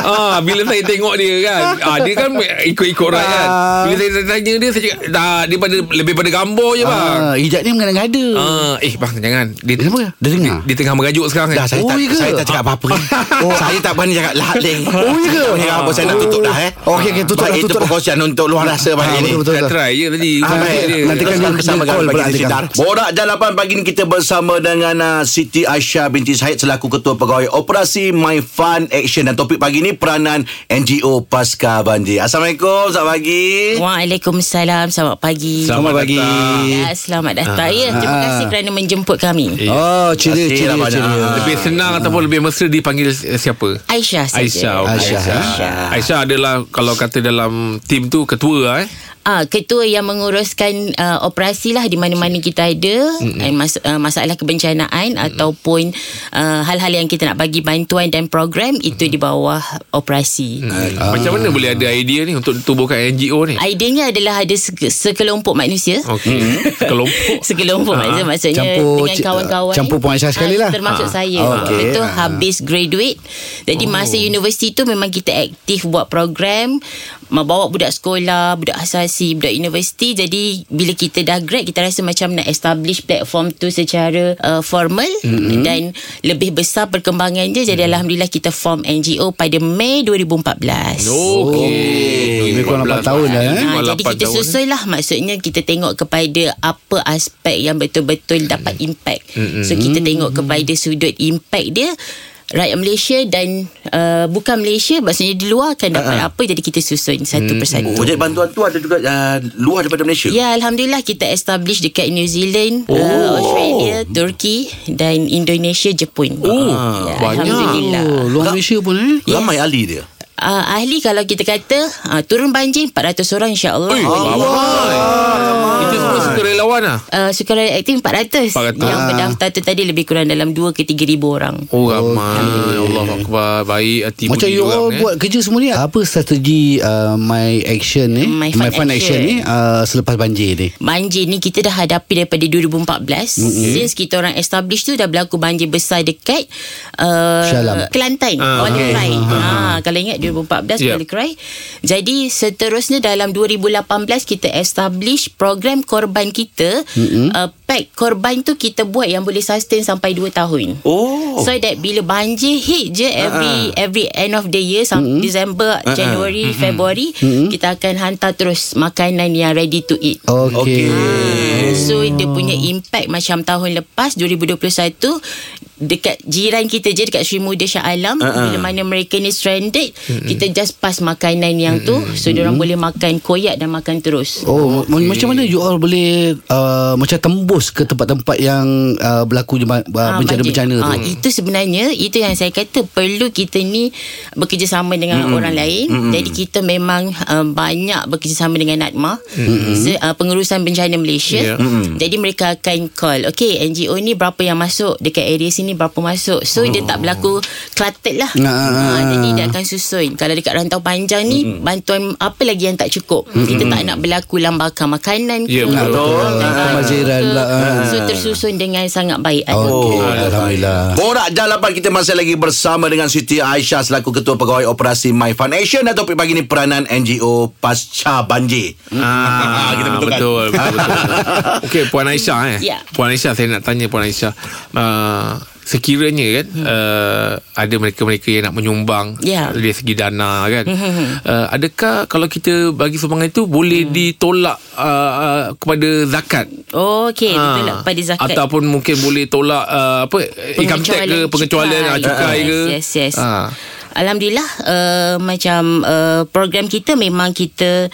Speaker 3: ah, Bila saya tengok dia kan ah, Dia kan ikut-ikut orang kan
Speaker 4: Ah.
Speaker 3: Bila saya tanya dia Saya cakap tak, dia pada, lebih pada gambar je Ya, bang
Speaker 4: Ah, hijab ni mengada-ngada.
Speaker 3: ah. Eh bang jangan Dia,
Speaker 4: Dia Kenapa? Dia dengar.
Speaker 3: dia tengah mengajuk sekarang kan
Speaker 2: Dah Ah, saya
Speaker 4: Oh,
Speaker 2: tak
Speaker 4: ya ke?
Speaker 2: saya tak cakap apa-apa. Oh. Saya tak berani cakap lah deng.
Speaker 4: Oh, ya ke?
Speaker 2: Saya tak
Speaker 4: Oh,
Speaker 2: berani apa saya nak tutup dah eh.
Speaker 4: Okey, okey, tutup
Speaker 2: Baik,
Speaker 4: dah,
Speaker 2: itu
Speaker 4: tutup dah.
Speaker 2: perkongsian untuk luar rasa pagi
Speaker 4: Ah,
Speaker 2: ni.
Speaker 4: betul, betul.
Speaker 3: Dah try je tadi
Speaker 4: Ah,
Speaker 3: Sampai
Speaker 4: baik.
Speaker 3: dia.
Speaker 4: Nanti- Nantikan
Speaker 2: Teruskan
Speaker 4: dia-
Speaker 2: bersama
Speaker 4: dia call
Speaker 2: dengan
Speaker 4: pula
Speaker 2: pagi di
Speaker 4: nantikan.
Speaker 2: Sinar. Borak Jam 8 pagi ni kita bersama dengan uh, Siti Aisyah binti Syed selaku Ketua Pegawai Operasi My Fun Action dan topik pagi ni peranan NGO Pasca Banjir. Assalamualaikum, selamat pagi.
Speaker 8: Waalaikumsalam Selamat pagi
Speaker 4: Selamat pagi.
Speaker 8: Ya, selamat datang. Ya, terima kasih kerana menjemput kami.
Speaker 4: Oh,
Speaker 2: Terima
Speaker 4: ceria,
Speaker 2: kasih
Speaker 4: ceria,
Speaker 2: lah banyak.
Speaker 4: ceria.
Speaker 2: Ah.
Speaker 3: Lebih senang ataupun lebih mesra dipanggil eh, siapa?
Speaker 8: Aisyah saja.
Speaker 3: Aisyah.
Speaker 4: Aisyah.
Speaker 3: Aisyah. Aisyah. Aisyah adalah kalau kata dalam tim tu ketua eh.
Speaker 8: Ah, ketua yang menguruskan uh, operasi lah di mana-mana kita ada eh, mas, uh, masalah kebencanaan ataupun uh, hal-hal yang kita nak bagi bantuan dan program itu di bawah operasi.
Speaker 3: Hmm. Macam mana boleh ada idea ni untuk tubuhkan NGO ni?
Speaker 8: Ideanya adalah ada seke- sekelompok manusia.
Speaker 3: Okey.
Speaker 8: Hmm.
Speaker 3: Kelompok.
Speaker 8: Sekelompok Ha. maksud, maksudnya
Speaker 4: Campur
Speaker 8: dengan
Speaker 4: ci-
Speaker 8: kawan-kawan
Speaker 4: campur Puan Aisyah sekali lah.
Speaker 8: Ah,
Speaker 4: Ah.
Speaker 8: termasuk saya
Speaker 4: Okey.
Speaker 8: betul
Speaker 4: Ah.
Speaker 8: habis graduate jadi oh. masa universiti tu memang kita aktif buat program bawa budak sekolah budak asasi budak universiti jadi bila kita dah grad kita rasa macam nak establish platform tu secara uh, formal mm-hmm. dan lebih besar perkembangan dia jadi alhamdulillah kita form NGO pada Mei 2014
Speaker 3: Okey.
Speaker 4: lebih kurang lapan tahun dah, eh.
Speaker 8: Ha, jadi kita susun lah Maksudnya kita tengok kepada Apa aspek yang betul-betul dapat impact So kita tengok kepada sudut impact dia Rakyat Malaysia dan uh, Bukan Malaysia Maksudnya di luar kan dapat apa Jadi kita susun satu persatu
Speaker 2: Oh, jadi bantuan tu ada juga uh, luar daripada Malaysia.
Speaker 8: Ya Alhamdulillah kita establish dekat New Zealand oh. uh, Australia, Turki Dan Indonesia, Jepun Oh ya,
Speaker 3: banyak.
Speaker 8: Alhamdulillah
Speaker 4: Oh, luar Malaysia pun eh.
Speaker 2: Ramai ahli dia.
Speaker 8: uh, Ahli kalau kita kata uh, Turun banjir 400 orang insyaAllah
Speaker 3: Itu semua sukarelawan lah.
Speaker 8: uh, sukarelawan aktif 400.
Speaker 3: 400.
Speaker 8: Yang pendaftar tu tadi lebih kurang dalam 2 ke 3 ribu orang.
Speaker 3: Oh ramai Allah Akbar Baik hati
Speaker 4: Macam
Speaker 3: budi
Speaker 4: you all
Speaker 3: orang, eh.
Speaker 4: buat kerja semua ni ah, Apa strategi uh, My action ni
Speaker 8: My Fund Action
Speaker 4: ni uh, Selepas banjir ni
Speaker 8: Banjir ni kita dah hadapi daripada 2014. Mm-hmm. Since kita orang establish tu dah berlaku banjir besar dekat uh,
Speaker 4: Syalam.
Speaker 8: Kelantan, uh, Kuala Krai. Ha, kalau ingat 2014
Speaker 3: Yep.
Speaker 8: yep. Kuala Krai. Jadi seterusnya dalam 2018 kita establish program korban kita. Mm-hmm. Uh, pack korban tu kita buat yang boleh sustain sampai 2 tahun.
Speaker 2: Oh.
Speaker 8: So that bila banjir hit je every uh-huh. every end of the year sam- mm-hmm. December, uh-huh. January, mm-hmm. February mm-hmm. kita akan hantar terus makanan yang ready to eat.
Speaker 4: Okay, okay.
Speaker 2: ya.
Speaker 8: So dia punya impact macam tahun lepas 2021 dekat jiran kita je dekat Sri Muda Shah Alam uh-uh. bila mana mereka ni stranded mm-hmm. kita just pass makanan yang mm-hmm. tu so mm-hmm. orang boleh makan koyak dan makan terus.
Speaker 4: Oh, okay. macam mana you all boleh uh, macam tembus ke tempat-tempat yang uh, berlaku jema- uh,
Speaker 8: Ah,
Speaker 4: bencana-bencana tu?
Speaker 8: banjir. Ah, itu sebenarnya itu yang saya kata perlu kita ni bekerjasama dengan mm-hmm. orang lain. Mm-hmm. Jadi kita memang um, banyak bekerjasama dengan NADMA, mm-hmm. se, uh, pengurusan bencana Malaysia.
Speaker 3: Ya.
Speaker 8: Yeah. Mm-hmm. Jadi mereka akan call, okay NGO ni berapa yang masuk dekat area sini berapa masuk. So oh. dia tak berlaku cluttered lah.
Speaker 4: Ah.
Speaker 8: Ah, jadi dia akan susun. Kalau dekat rantau panjang ni mm-hmm. bantuan apa lagi yang tak cukup. Mm-hmm. Kita tak nak berlaku lambakan makanan
Speaker 3: Ya,
Speaker 8: ke,
Speaker 3: betul.
Speaker 4: Ah,
Speaker 8: lambakan
Speaker 4: Pembaziran
Speaker 8: ke.
Speaker 4: lah, ah.
Speaker 8: So tersusun dengan sangat baik.
Speaker 4: Okay, Alhamdulillah.
Speaker 2: Borak Jalapan kita masih lagi bersama dengan Siti Aisyah selaku Ketua Pegawai Operasi My Fund Action dan topik pagi ni peranan NGO pasca banjir.
Speaker 3: Ah, kita betulkan. Betul, betul, betul. Okey, Puan Aisyah eh.
Speaker 8: Ya.
Speaker 3: Puan Aisyah saya nak tanya Puan Aisyah. Uh, sekiranya kan hmm. uh, ada mereka-mereka yang nak menyumbang
Speaker 8: Ya. Hmm,
Speaker 3: dari segi dana kan. uh, adakah kalau kita bagi sumbangan itu
Speaker 8: Hmm.
Speaker 3: boleh ditolak uh, uh, kepada zakat?
Speaker 8: Oh, okey. Ha.
Speaker 3: Ah.
Speaker 8: Betul lah pada zakat.
Speaker 3: Ataupun mungkin boleh tolak uh, apa income tax ke pengecualian cukai, cukai
Speaker 8: yes,
Speaker 3: ke.
Speaker 8: Yes, yes.
Speaker 3: Ah.
Speaker 8: Ha. Alhamdulillah uh, macam uh, program kita memang kita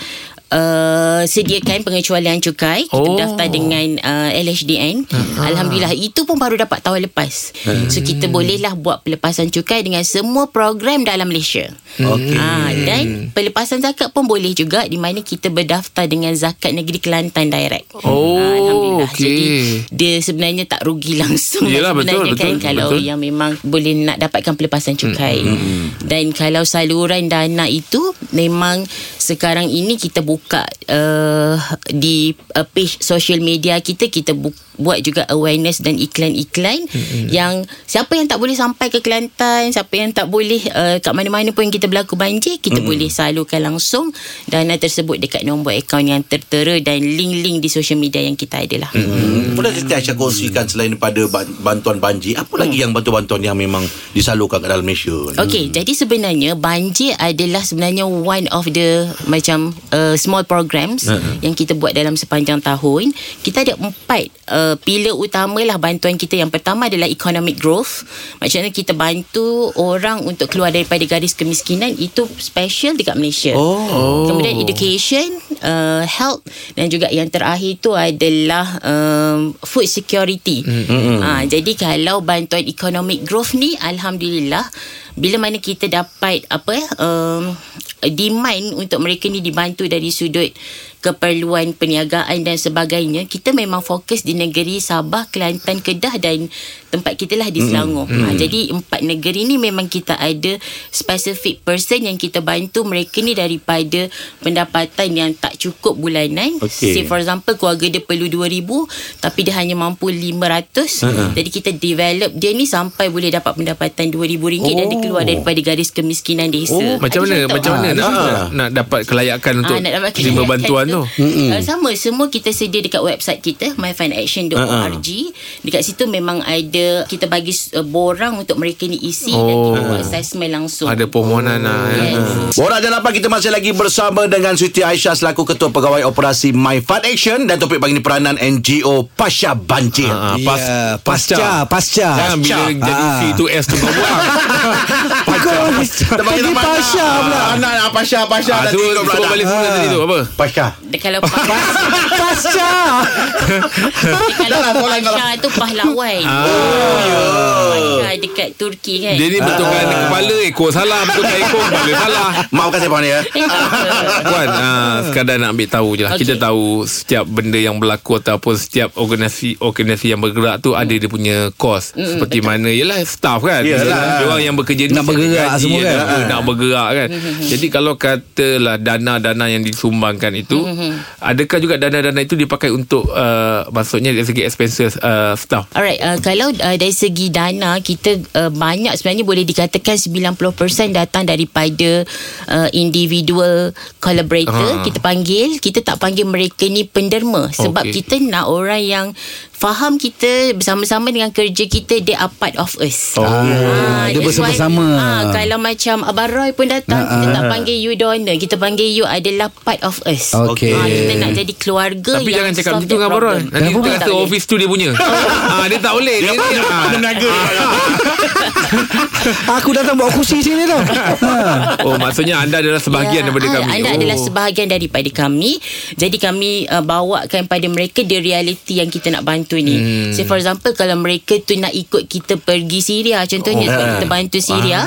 Speaker 8: Uh, sediakan pengecualian cukai kita
Speaker 3: Oh. Ah.
Speaker 8: oh. daftar dengan uh, LHDN Alhamdulillah itu pun baru dapat tahun lepas
Speaker 3: Hmm.
Speaker 8: so kita bolehlah buat pelepasan cukai dengan semua program dalam Malaysia okay. ha, dan pelepasan zakat pun boleh juga di mana kita berdaftar dengan zakat negeri Kelantan direct
Speaker 3: Oh,
Speaker 8: Ah, Alhamdulillah jadi
Speaker 3: okey.
Speaker 8: dia sebenarnya tak rugi langsung
Speaker 3: Yelah, betul,
Speaker 8: sebenarnya kan
Speaker 3: betul,
Speaker 8: kalau
Speaker 3: betul.
Speaker 8: yang memang boleh nak dapatkan pelepasan cukai hmm. dan kalau saluran dana itu memang sekarang ini kita buka uh, di uh, page social media kita kita bu- buat juga awareness dan iklan-iklan hmm. yang siapa yang tak boleh sampai ke Kelantan siapa yang tak boleh uh, kat mana-mana pun kita berlaku banjir kita hmm. boleh salurkan langsung dana tersebut dekat nombor akaun yang tertera dan link-link di social media yang kita ada lah hmm.
Speaker 2: Hmm. Boleh Siti Aisyah kongsikan selain daripada ban- bantuan banjir, apa lagi yang bantuan-bantuan yang memang disalurkan ke dalam Malaysia? ni?
Speaker 8: Okey, hmm. jadi sebenarnya banjir adalah sebenarnya one of the macam uh, small program programs uh-huh. yang kita buat dalam sepanjang tahun. Kita ada empat uh, pilar utamalah bantuan kita. Yang pertama adalah economic growth. Maksudnya kita bantu orang untuk keluar daripada garis kemiskinan itu special dekat Malaysia.
Speaker 4: Oh.
Speaker 8: Kemudian education, uh, health dan juga yang terakhir tu adalah um, food security. Mm-hmm. Ha, jadi kalau bantuan economic growth ni alhamdulillah bila mana kita dapat apa eh, um, demand untuk mereka ni dibantu dari sudut keperluan perniagaan dan sebagainya kita memang fokus di negeri Sabah, Kelantan, Kedah dan tempat kita lah di Selangor. Mm. Ha, jadi empat negeri ni memang kita ada specific person yang kita bantu mereka ni daripada pendapatan yang tak cukup bulanan.
Speaker 2: Okey.
Speaker 8: Say for example keluarga dia perlu 2000 tapi dia hanya mampu 500. Uh-huh. Jadi kita develop dia ni sampai boleh dapat pendapatan 2000 ringgit oh. dan dia keluar daripada garis kemiskinan desa.
Speaker 3: Oh, macam mana
Speaker 8: Ada
Speaker 3: macam mana
Speaker 8: contoh.
Speaker 3: nak,
Speaker 2: Ah.
Speaker 3: nak, nak dapat kelayakan untuk
Speaker 8: Ah, nak dapat
Speaker 3: terima
Speaker 8: kelayakan
Speaker 3: bantuan tu.
Speaker 8: Uh, sama semua kita sedia dekat website kita myfinaction.org.
Speaker 3: Ah,
Speaker 8: Dekat situ memang ada kita bagi uh, borang untuk mereka ni isi dan kita
Speaker 3: Oh.
Speaker 8: buat assessment langsung.
Speaker 3: Ada permohonan lah. eh.
Speaker 8: Yes.
Speaker 2: Borak dan lapan kita masih lagi bersama dengan Siti Aisyah selaku Ketua Pegawai Operasi My Fund Action dan topik pagi ini peranan NGO Pasha Banjir.
Speaker 3: Ah,
Speaker 4: Pas, yeah, pasca, Ah, pasca.
Speaker 2: Ah,
Speaker 3: Jangan Ah, bila jadi C tu S tu kau Ah, buang.
Speaker 4: Kau pergi pasca pula.
Speaker 2: Anak nak Pasha Pasha
Speaker 3: Ah,
Speaker 2: dah
Speaker 3: tu
Speaker 2: tidur
Speaker 3: kau balik semula tadi tu apa?
Speaker 2: Pasha.
Speaker 8: Dia kalau pas,
Speaker 4: Pasca.
Speaker 8: kalau
Speaker 2: Dah lah, soalan dah lah.
Speaker 8: Pasha tu pahlawan. Oh, Pasha dekat Turki kan.
Speaker 3: Ah. Dia ni
Speaker 2: Ah.
Speaker 3: betulkan kepala ekor salah betulkan ekor kepala salah.
Speaker 2: Maafkan saya Puan ya.
Speaker 3: Puan ah, Sekadar nak ambil tahu je lah
Speaker 8: Okey.
Speaker 3: Kita tahu Setiap benda yang berlaku Ataupun setiap organisasi Organisasi yang bergerak tu Ada dia punya kos mm, Seperti betul. mana Yelah staff kan
Speaker 2: Yelah.
Speaker 3: Orang yang bekerja ni
Speaker 4: Nak bergerak
Speaker 3: gaji,
Speaker 4: semua kan?
Speaker 3: ada, Nak bergerak kan Jadi kalau katalah Dana-dana yang disumbangkan itu Adakah juga dana-dana itu Dipakai untuk uh, Maksudnya dari segi expenses uh, Staff
Speaker 8: Alright, uh, kalau uh, dari segi dana kita uh, banyak sebenarnya boleh dikatakan 90% datang daripada uh, individual collaborator
Speaker 3: Ah.
Speaker 8: kita panggil, kita tak panggil mereka ni penderma sebab
Speaker 3: Okey.
Speaker 8: kita nak orang yang faham kita bersama-sama dengan kerja kita they are part of us.
Speaker 3: Oh.
Speaker 8: Ah,
Speaker 4: dia
Speaker 8: that's why-
Speaker 4: bersama-sama.
Speaker 8: Ah, kalau macam Abang Roy pun datang, kita tak panggil you donor, kita panggil you adalah part of us.
Speaker 4: Okey.
Speaker 8: Ah, kita nak jadi keluarga
Speaker 3: Tapi
Speaker 8: yang
Speaker 3: jangan cakap
Speaker 8: solve
Speaker 3: begitu
Speaker 8: the
Speaker 3: dengan Abang Ron
Speaker 8: problem.
Speaker 3: Nanti
Speaker 4: Kenapa?
Speaker 3: kita
Speaker 8: Tak
Speaker 3: rasa
Speaker 8: boleh.
Speaker 3: office tu dia punya ah, Dia tak boleh Dia, dia, ah.
Speaker 4: Aku datang bawa kursi sini tau. Ha.
Speaker 3: Oh maksudnya anda adalah sebahagian daripada
Speaker 8: ah,
Speaker 3: kami
Speaker 8: Anda
Speaker 3: oh.
Speaker 8: adalah sebahagian daripada kami. Jadi kami uh, bawakan pada mereka the reality yang kita nak bantu ni. Hmm. So for example kalau mereka tu nak ikut kita pergi Syria contohnya oh, kita bantu
Speaker 3: Ah.
Speaker 8: Syria.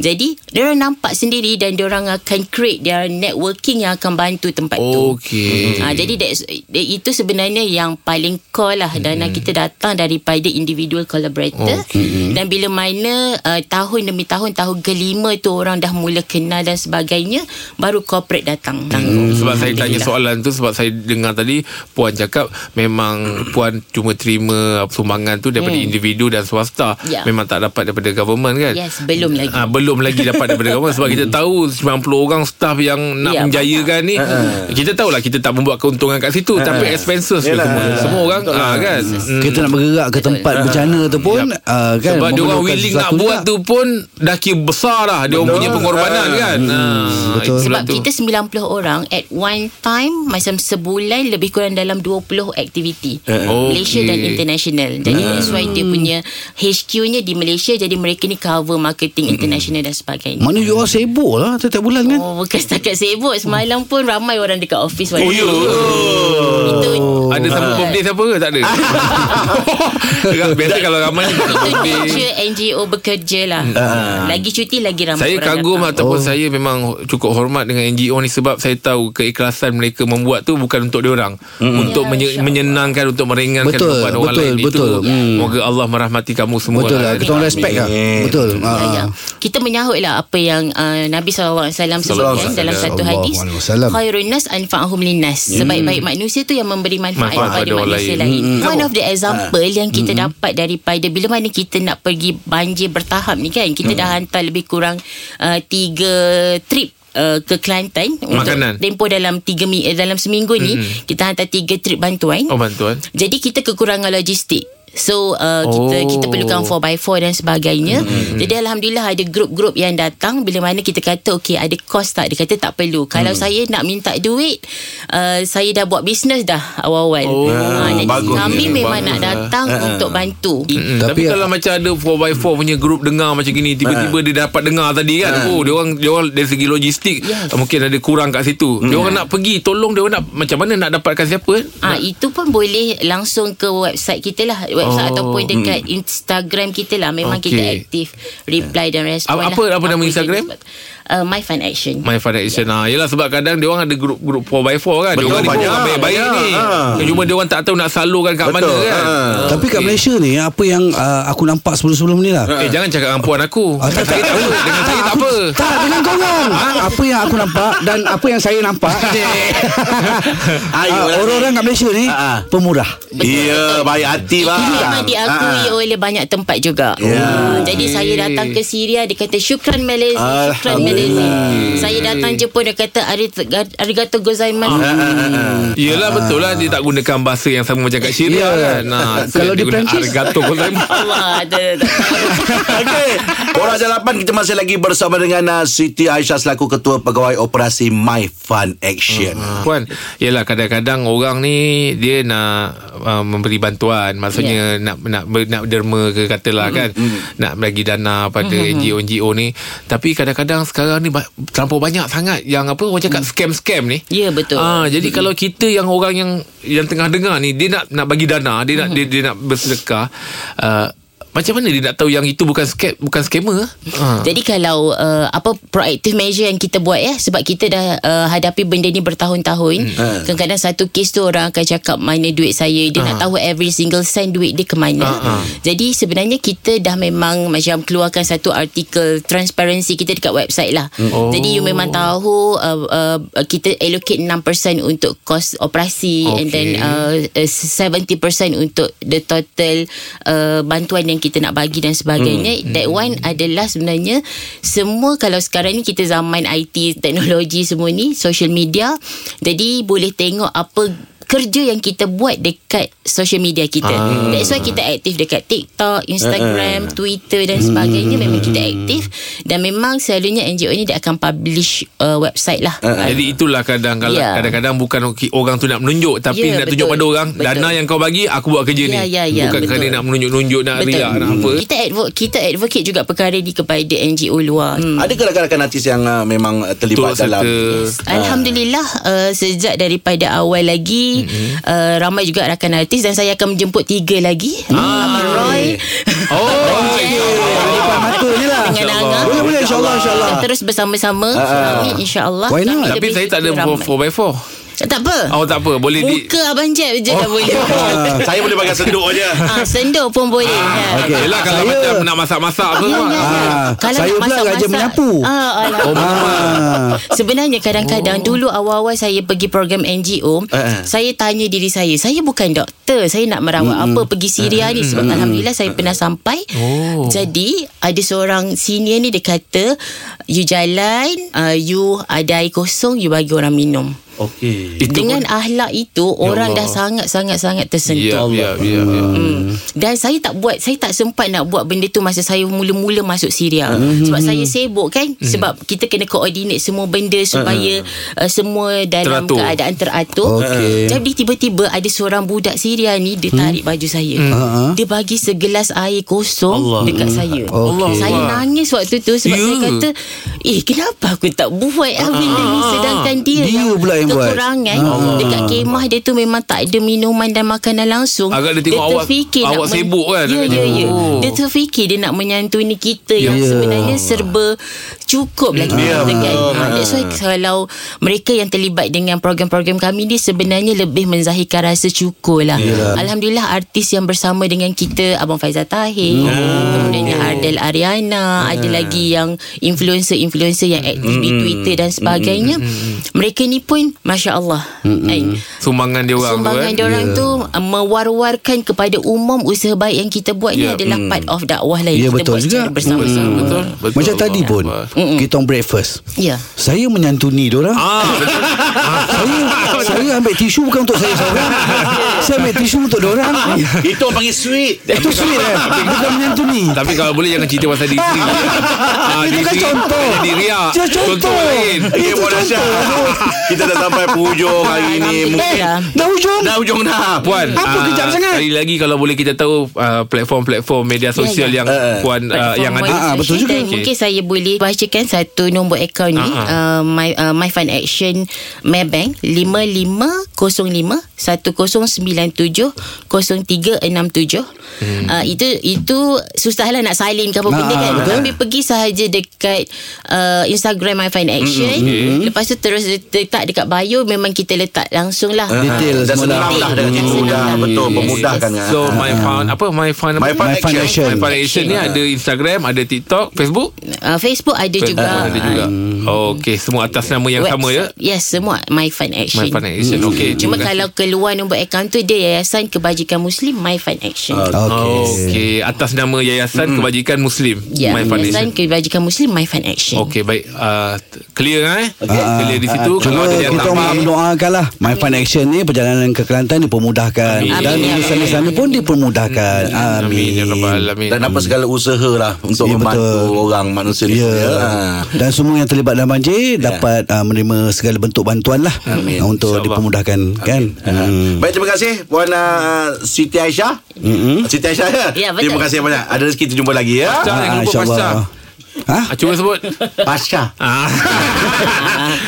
Speaker 8: Jadi dia nampak sendiri dan dia orang akan create their networking yang akan bantu tempat tu.
Speaker 3: Okey.
Speaker 2: Mm-hmm.
Speaker 8: Ha, jadi that's, that, itu sebenarnya yang paling core lah dana
Speaker 3: Hmm.
Speaker 8: kita datang daripada individual collaborator okay. dan bila mana uh, tahun demi tahun tahun kelima tu orang dah mula kenal dan sebagainya baru corporate datang. Hmm.
Speaker 3: Sebab saya tanya soalan tu Sebab saya dengar tadi Puan cakap Memang Puan cuma terima Sumbangan tu Daripada individu dan swasta
Speaker 8: Hmm. Ya.
Speaker 3: Memang tak dapat daripada government kan
Speaker 8: Yes, belum lagi.
Speaker 3: Ah, Belum lagi dapat daripada government Sebab
Speaker 4: Hmm.
Speaker 3: kita tahu 90 orang staff yang Nak
Speaker 8: Ya, Hmm.
Speaker 3: menjayakan ni Kita tahulah Kita tak membuat keuntungan kat situ
Speaker 4: Hmm.
Speaker 3: Tapi expenses tu semua Semua orang ah, kan Hmm.
Speaker 4: Kita nak bergerak ke tempat bencana tu pun
Speaker 3: Yap.
Speaker 4: uh, kan
Speaker 3: Sebab dia orang
Speaker 4: memerlukan
Speaker 3: willing nak
Speaker 4: sesuatu
Speaker 3: buat
Speaker 4: juga.
Speaker 3: tu pun Dah kira besar dah Dia orang punya pengorbanan kan Ah,
Speaker 4: Hmm. betul.
Speaker 3: itulah
Speaker 8: Sebab
Speaker 3: tu.
Speaker 8: kita 90 orang at one time macam sebulan lebih kurang dalam 20 aktiviti.
Speaker 3: oh,
Speaker 8: Malaysia
Speaker 3: okey.
Speaker 8: dan international. Jadi that's why
Speaker 3: Hmm.
Speaker 8: dia punya HQ-nya di Malaysia jadi mereka ni cover
Speaker 3: Hmm.
Speaker 8: marketing international dan sebagainya.
Speaker 4: Mana you all sibuk lah Setiap bulan kan
Speaker 8: Oh, bukan setakat sibuk. Semalam pun ramai orang dekat office. Oh,
Speaker 3: ya.
Speaker 8: Itu
Speaker 3: Ada
Speaker 4: Ah.
Speaker 3: sambut birthday siapa ke? Tak ada. Orang Biasa kalau ramai ni sambut
Speaker 8: itu
Speaker 3: birthday.
Speaker 8: nature NGO bekerja lah. Lagi cuti, lagi ramai
Speaker 3: Ah. Saya
Speaker 8: orang
Speaker 3: kagum
Speaker 8: datang.
Speaker 3: ataupun oh. saya memang cukup hormat dengan NGO ni sebab saya tahu keikhlasan mereka membuat tu bukan untuk diorang. Mm. Untuk
Speaker 8: Ya,
Speaker 3: menye-
Speaker 8: insyaAllah.
Speaker 3: menyenangkan, untuk meringankan
Speaker 4: Betul,
Speaker 3: beban orang
Speaker 4: betul,
Speaker 3: lain.
Speaker 4: betul.
Speaker 3: Itu,
Speaker 4: Hmm.
Speaker 3: Moga Allah merahmati kamu semua.
Speaker 4: Betul lah Kita orang respect lah
Speaker 2: Amin.
Speaker 4: Betul ha.
Speaker 8: Ya, ya. Kita menyahut lah apa yang uh, Nabi SAW sebutkan
Speaker 3: Sallallahu
Speaker 8: dalam
Speaker 3: alaihi
Speaker 8: satu
Speaker 4: wasallam.
Speaker 8: hadis.
Speaker 4: Sallallahu alaihi wasallam. Hmm.
Speaker 8: Khairun nas anfa'ahum linnas. Sebaik-baik manusia tu yang memberi manfaat
Speaker 3: Manfaat
Speaker 8: kepada
Speaker 3: pada orang
Speaker 8: manusia
Speaker 3: lain.
Speaker 8: lain.
Speaker 4: Hmm.
Speaker 8: One of the
Speaker 4: Ah.
Speaker 8: example yang kita dapat daripada bila mana kita nak pergi banjir bertahap ni kan. Kita
Speaker 4: Hmm.
Speaker 8: dah hantar lebih kurang uh, tiga trip Uh, ke Kelantan
Speaker 3: Makanan. Hmm.
Speaker 8: untuk tempoh dalam tiga mi, eh, dalam seminggu ni mm-hmm. kita hantar tiga trip bantuan
Speaker 3: Oh bantuan.
Speaker 8: jadi kita kekurangan logistik. So uh, kita
Speaker 3: Oh.
Speaker 8: kita perlukan 4x4 dan sebagainya. Mm-hmm. Jadi alhamdulillah ada grup-grup yang datang bila mana kita kata okey ada kos tak dia kata tak perlu.
Speaker 3: Mm.
Speaker 8: Kalau saya nak minta duit uh, saya dah buat bisnes dah awal-awal. Oh, jadi
Speaker 2: bagus
Speaker 8: kami
Speaker 2: ni,
Speaker 8: memang
Speaker 2: bagus
Speaker 8: nak
Speaker 2: lah.
Speaker 8: datang
Speaker 2: Ha.
Speaker 8: untuk bantu.
Speaker 3: Mm, Tapi,
Speaker 4: Tapi- ya-
Speaker 3: kalau macam ada 4x4 punya grup dengar macam gini tiba-tiba
Speaker 4: Ah.
Speaker 3: dia dapat dengar tadi kan. Oh dia orang dia orang dari segi logistik
Speaker 8: Yes.
Speaker 3: mungkin ada kurang kat situ. Dia
Speaker 4: Mm.
Speaker 3: orang nak pergi tolong dia orang nak macam mana nak dapatkan siapa? eh?
Speaker 8: Ah itu pun boleh langsung ke website kita lah website
Speaker 3: Oh,
Speaker 8: oh, ataupun dekat hmm. Instagram kita lah memang
Speaker 3: Okey.
Speaker 8: okay. kita aktif reply dan respon
Speaker 3: Apa-
Speaker 8: lah.
Speaker 3: apa- apa nama
Speaker 8: yang
Speaker 3: Instagram?
Speaker 8: kita buat. Uh, my fun action.
Speaker 3: My Father Action yeah. Yelah sebab kadang dia orang ada grup-grup 4x4 kan Dia
Speaker 2: Betul,
Speaker 3: orang
Speaker 2: banyak,
Speaker 3: diorang baik-baik
Speaker 2: banyak,
Speaker 3: ni
Speaker 2: ha.
Speaker 3: Cuma dia orang tak tahu nak salurkan kat
Speaker 2: Betul,
Speaker 3: mana kan
Speaker 2: ha.
Speaker 3: Ah,
Speaker 4: Tapi kat
Speaker 3: okey.
Speaker 4: Malaysia ni Apa yang uh, aku nampak sebelum-sebelum ni lah
Speaker 3: Eh jangan cakap dengan puan aku
Speaker 4: Ah, tak,
Speaker 3: Dengan saya tak apa Dengan saya tak
Speaker 4: Aku-
Speaker 3: apa
Speaker 4: Tak dengan korang Ah, Apa yang aku nampak Dan apa yang saya nampak
Speaker 2: Ayolah.
Speaker 4: Ah, Orang-orang kat Malaysia ni
Speaker 2: Ah, ah.
Speaker 4: Pemurah
Speaker 2: Ya, baik hati
Speaker 8: Itu
Speaker 2: bang.
Speaker 8: memang diakui
Speaker 2: Ah.
Speaker 8: oleh banyak tempat juga. Yeah. Jadi saya datang ke Syria dia kata syukran Malaysia, syukran Malaysia. Saya datang Jepun dia kata "Arigat- arigato gozaimasu.
Speaker 3: Yelah betul lah Dia tak gunakan bahasa yang sama macam kat Syria
Speaker 4: Ya.
Speaker 3: kan nah,
Speaker 4: Kalau di Perancis-
Speaker 3: Argato
Speaker 8: Wah, tak- tak- tak.
Speaker 2: Okey. Orang Jalapan kita masih lagi bersama dengan uh, Siti Aisyah selaku ketua pegawai operasi My Fun Action.
Speaker 4: Hmm.
Speaker 3: Ah. Puan Yelah kadang-kadang orang ni Dia nak uh, Memberi bantuan Maksudnya
Speaker 8: Ya.
Speaker 3: yeah. Nak nak ber- nak derma ke Katalah kan Nak bagi dana Pada NGO-NGO ni Tapi kadang-kadang Sekarang ni ba- Terlampau banyak sangat Yang apa Orang cakap scam-scam ni
Speaker 8: Mm. Ya, betul.
Speaker 3: Ah, Jadi kalau kita Yang orang yang Yang tengah dengar ni Dia nak nak bagi dana Dia nak dia, dia nak bersedekah uh, Macam mana dia nak tahu Yang itu bukan scam Bukan scammer Ah.
Speaker 8: Jadi kalau uh, apa proactive measure yang kita buat ya sebab kita dah uh, hadapi benda ni bertahun-tahun.
Speaker 3: Ha.
Speaker 8: Hmm. Kadang-kadang satu kes tu orang akan cakap mana duit saya, dia nak tahu every single cent duit dia ke mana.
Speaker 3: Ha,
Speaker 8: Jadi sebenarnya kita dah memang macam keluarkan satu artikel transparency kita dekat website lah.
Speaker 3: Oh.
Speaker 8: Jadi you memang tahu uh, uh, kita allocate 6% untuk kos operasi okay. and
Speaker 3: Okay.
Speaker 8: then uh, uh, 70% untuk the total uh, bantuan yang kita nak bagi dan sebagainya.
Speaker 3: Hmm.
Speaker 8: That one adalah sebenarnya semua kalau sekarang ni kita zaman IT, teknologi semua ni, social media. Jadi boleh tengok apa kerja yang kita buat dekat social media kita.
Speaker 3: Ah.
Speaker 8: That's why kita aktif dekat TikTok, Instagram, Twitter dan
Speaker 3: Hmm.
Speaker 8: sebagainya memang kita aktif dan memang selalunya NGO ni dia akan publish uh, website lah.
Speaker 3: Jadi itulah kadang kadang
Speaker 8: Ya.
Speaker 3: kadang-kadang bukan ok- orang tu nak menunjuk tapi nak
Speaker 8: Ya,
Speaker 3: tunjuk
Speaker 8: betul.
Speaker 3: pada orang
Speaker 8: Betul.
Speaker 3: dana yang kau bagi aku buat kerja
Speaker 8: Ya,
Speaker 3: ni.
Speaker 8: ya, ya,
Speaker 3: bukan
Speaker 8: betul.
Speaker 3: kerana nak menunjuk-nunjuk nak riak nak apa.
Speaker 8: Kita advocate, kita advocate juga perkara ni kepada NGO luar. Hmm.
Speaker 2: Ada rakan-rakan artis yang uh, memang uh, terlibat
Speaker 3: Turut
Speaker 2: dalam
Speaker 3: serta
Speaker 8: Alhamdulillah uh, sejak daripada awal lagi mm-hmm. uh, ramai juga rakan artis dan saya akan menjemput tiga lagi ah. Abang Roy
Speaker 3: Oh,
Speaker 4: Depan mata ni lah
Speaker 8: Ah, dengan Angah
Speaker 4: Boleh boleh
Speaker 3: Ah.
Speaker 4: insyaAllah insyaAllah
Speaker 8: Kita terus bersama-sama uh, ni insyaAllah
Speaker 4: Why not?
Speaker 8: Kami
Speaker 3: tapi
Speaker 8: lebih
Speaker 3: saya tak ada
Speaker 8: ramai.
Speaker 3: 4x4.
Speaker 8: tak apa
Speaker 3: Oh tak apa, boleh di
Speaker 8: muka Abang Jeb je dah boleh
Speaker 2: Saya boleh bagi senduk je.
Speaker 8: ah, sendoh pun boleh ah,
Speaker 4: okey.
Speaker 3: Yelah kalau
Speaker 4: Saya-
Speaker 3: macam nak masak-masak apa.
Speaker 8: Ya, ya, ya.
Speaker 4: Ah,
Speaker 8: Kalau
Speaker 4: saya
Speaker 8: nak
Speaker 4: pula
Speaker 8: masak-masak-
Speaker 4: rajin menyapu.
Speaker 8: Ah, alah.
Speaker 4: Ah.
Speaker 8: Sebenarnya kadang-kadang oh. dulu awal-awal saya pergi program NGO,
Speaker 2: eh.
Speaker 8: saya tanya diri saya, saya bukan doktor, saya nak merawat mm apa pergi Syria ni sebab alhamdulillah saya pernah sampai.
Speaker 3: Oh.
Speaker 8: Jadi ada seorang senior ni dia kata, you jalan, uh, you ada air kosong, you bagi orang minum.
Speaker 2: Okey.
Speaker 3: Itu
Speaker 8: Dengan ahlak itu orang dah sangat-sangat-sangat tersentuh.
Speaker 3: Ya, ya, ya, ya.
Speaker 8: Hmm. Dan saya tak buat Saya tak sempat nak buat benda tu Masa saya mula-mula masuk Syria Sebab saya sibuk kan Sebab kita kena coordinate semua benda Supaya uh, semua dalam
Speaker 3: Teratur.
Speaker 8: teratur. keadaan teratur
Speaker 3: Oh,
Speaker 4: Okey.
Speaker 8: Jadi tiba-tiba ada seorang budak Syria ni Dia tarik baju saya
Speaker 4: Ah, ah.
Speaker 8: Dia bagi segelas air kosong
Speaker 2: Allah.
Speaker 8: Dekat saya
Speaker 4: Okey.
Speaker 8: Saya nangis waktu tu Sebab
Speaker 3: Ya.
Speaker 8: saya kata Eh kenapa aku tak buat ah, benda ni Sedangkan dia,
Speaker 4: Dia
Speaker 8: yang
Speaker 4: pula yang buat.
Speaker 8: Kekurangan
Speaker 3: Ah,
Speaker 8: Dekat kemah dia tu memang tak ada minuman dan makanan langsung
Speaker 3: Agak dia tengok awak-
Speaker 8: terfikir nak
Speaker 3: awak sibuk kan?
Speaker 8: Ya
Speaker 3: Dia
Speaker 8: ya
Speaker 3: kata,
Speaker 8: ya
Speaker 3: "Oh."
Speaker 8: Dia terfikir Dia nak menyantuni kita Yang
Speaker 4: Ya.
Speaker 8: sebenarnya serba Cukup lah kita yeah. kan ha, That's why kalau Mereka yang terlibat Dengan program-program kami ni Sebenarnya lebih menzahirkan Rasa cukur lah Alhamdulillah artis yang bersama Dengan kita Abang Faizal Tahir Kemudiannya Ardel Ariana Ada lagi yang Influencer-influencer Yang aktif di Twitter Dan sebagainya Mereka ni pun Masya Allah mm
Speaker 3: Sumbangan dia orang
Speaker 8: Sumbangan
Speaker 3: tu eh.
Speaker 4: Ya.
Speaker 8: diorang tu uh, Mewar-warkan kepada umum Usaha baik yang kita buat
Speaker 3: Ya, Hmm.
Speaker 8: ni adalah part of dakwah lain
Speaker 4: Ya,
Speaker 8: Kita
Speaker 4: betul
Speaker 8: buat secara
Speaker 4: juga.
Speaker 8: bersama-sama
Speaker 3: Betul, betul.
Speaker 4: Macam tadi pun
Speaker 8: Mm-mm.
Speaker 4: Kita orang breakfast
Speaker 8: Ya
Speaker 4: Saya menyantuni diorang
Speaker 3: Ah, betul.
Speaker 4: Saya saya ambil tisu bukan untuk saya seorang Saya ambil tisu untuk diorang
Speaker 2: Itu orang panggil sweet.
Speaker 4: Itu sweet eh Bukan menyantuni
Speaker 3: Tapi kalau boleh jangan cerita pasal diri sendiri. Ah,
Speaker 4: Itu
Speaker 3: diri
Speaker 4: kan
Speaker 3: sendiri
Speaker 4: contoh
Speaker 3: Jadi riak.
Speaker 4: Itu contoh
Speaker 3: lain.
Speaker 2: Okay,
Speaker 4: Itu
Speaker 2: Puan Aisyah.
Speaker 4: contoh
Speaker 2: Kita dah sampai penghujung hari ini.
Speaker 3: Ya.
Speaker 2: Mungkin
Speaker 8: Alhamdulillah.
Speaker 4: Dah hujung
Speaker 2: dah hujung dah.
Speaker 3: Puan
Speaker 4: Apa
Speaker 3: ah,
Speaker 4: kejam sangat?
Speaker 3: Sekali lagi kalau boleh kita tahu ah, Platform-platform media sosial
Speaker 8: ya.
Speaker 3: yang
Speaker 2: Eh,
Speaker 3: Puan ah,
Speaker 8: platform
Speaker 3: yang ada
Speaker 8: media
Speaker 4: Ah, ah, betul
Speaker 8: sosial
Speaker 4: juga.
Speaker 8: dan
Speaker 3: Okey.
Speaker 8: Mungkin saya boleh bacakan satu nombor akaun ni
Speaker 3: kan? Ah, ah.
Speaker 8: uh, my uh, my fund action Maybank 5505 1097 0367. Hmm. Uh, itu itu susahlah nak salin ke apa
Speaker 4: Ah,
Speaker 8: benda kan.
Speaker 4: betul.
Speaker 8: Tapi pergi sahaja dekat uh, Instagram my fund action. Hmm, Lepas tu terus letak dekat bio memang kita letak langsung lah.
Speaker 2: Ah,
Speaker 4: Detail
Speaker 2: Dah
Speaker 4: semua
Speaker 2: senang
Speaker 4: dah.
Speaker 2: lah dengan
Speaker 8: Dah
Speaker 2: cikgu
Speaker 8: senang
Speaker 2: dah.
Speaker 8: dah.
Speaker 2: Betul, ya.
Speaker 8: Yes.
Speaker 2: memudahkan.
Speaker 3: So my found Apa my found apa?
Speaker 2: My Fund
Speaker 4: My Fund
Speaker 2: Action.
Speaker 4: Action.
Speaker 3: My Fund Action ni ada Instagram Ada TikTok Facebook
Speaker 8: Uh, Facebook ada juga.
Speaker 3: Facebook ada juga
Speaker 4: Hmm.
Speaker 3: oh, Okay semua atas nama yang sama ya
Speaker 8: Website. Yes, semua my fund action. Mm.
Speaker 3: My Fund Action Okay terima
Speaker 8: Cuma
Speaker 3: kasih.
Speaker 8: kalau keluar nombor akaun tu dia Yayasan Kebajikan Muslim My Fund Action.
Speaker 3: Ah,
Speaker 8: Uh,
Speaker 4: Okay
Speaker 3: Okey, atas nama
Speaker 4: Hmm.
Speaker 3: Yayasan Kebajikan Muslim
Speaker 8: ya,
Speaker 3: My
Speaker 8: Yayasan
Speaker 3: Foundation.
Speaker 8: Kebajikan Muslim My Fund Action.
Speaker 3: Okey, baik. Uh, clear eh? Okay.
Speaker 4: Ah,
Speaker 3: Clear di situ.
Speaker 4: ah,
Speaker 3: kalau
Speaker 4: Cuma
Speaker 3: ada yang
Speaker 4: kita
Speaker 3: tak
Speaker 4: orang
Speaker 3: faham,
Speaker 4: mendoakan lah My Fund Action ni Perjalanan ke Kelantan Dipermudahkan
Speaker 3: Amin.
Speaker 4: Dan
Speaker 8: Amin.
Speaker 4: urusan-urusan ni pun Dipermudahkan
Speaker 3: Amin. Ya
Speaker 4: Amin
Speaker 3: Rabbal Alamin.
Speaker 2: Dan apa segala usaha lah untuk
Speaker 4: Ya,
Speaker 2: membantu
Speaker 4: betul.
Speaker 2: orang manusia ni.
Speaker 4: Ya.
Speaker 2: Ya.
Speaker 4: Dan semua yang terlibat dalam banjir dapat uh, menerima segala bentuk bantuan lah
Speaker 2: Amin.
Speaker 4: Ah, untuk
Speaker 3: InsyaAllah.
Speaker 4: dipermudahkan kan.
Speaker 2: Ah.
Speaker 4: Hmm.
Speaker 2: Baik terima kasih Puan uh, Siti Aisyah mm-hmm. Siti Aisyah ya?
Speaker 8: Ya, betul.
Speaker 2: Terima kasih banyak Ada rezeki kita jumpa lagi ya
Speaker 3: Pasca, jangan
Speaker 4: Ah,
Speaker 3: lupa
Speaker 4: insyaAllah.
Speaker 3: pasca.
Speaker 4: Ha?
Speaker 3: Ah, cuba sebut.
Speaker 2: Pasca
Speaker 3: ah.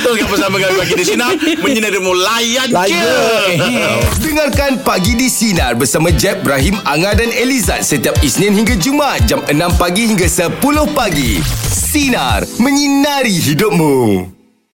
Speaker 2: Teruskan bersama kami Pagi di Sinar Menyinari mulayan je
Speaker 4: Layak.
Speaker 1: Dengarkan Pagi di Sinar bersama Jeb, Ibrahim, Anga dan Elizad setiap Isnin hingga Jumaat jam 6 pagi hingga 10 pagi. Sinar, menyinari hidupmu.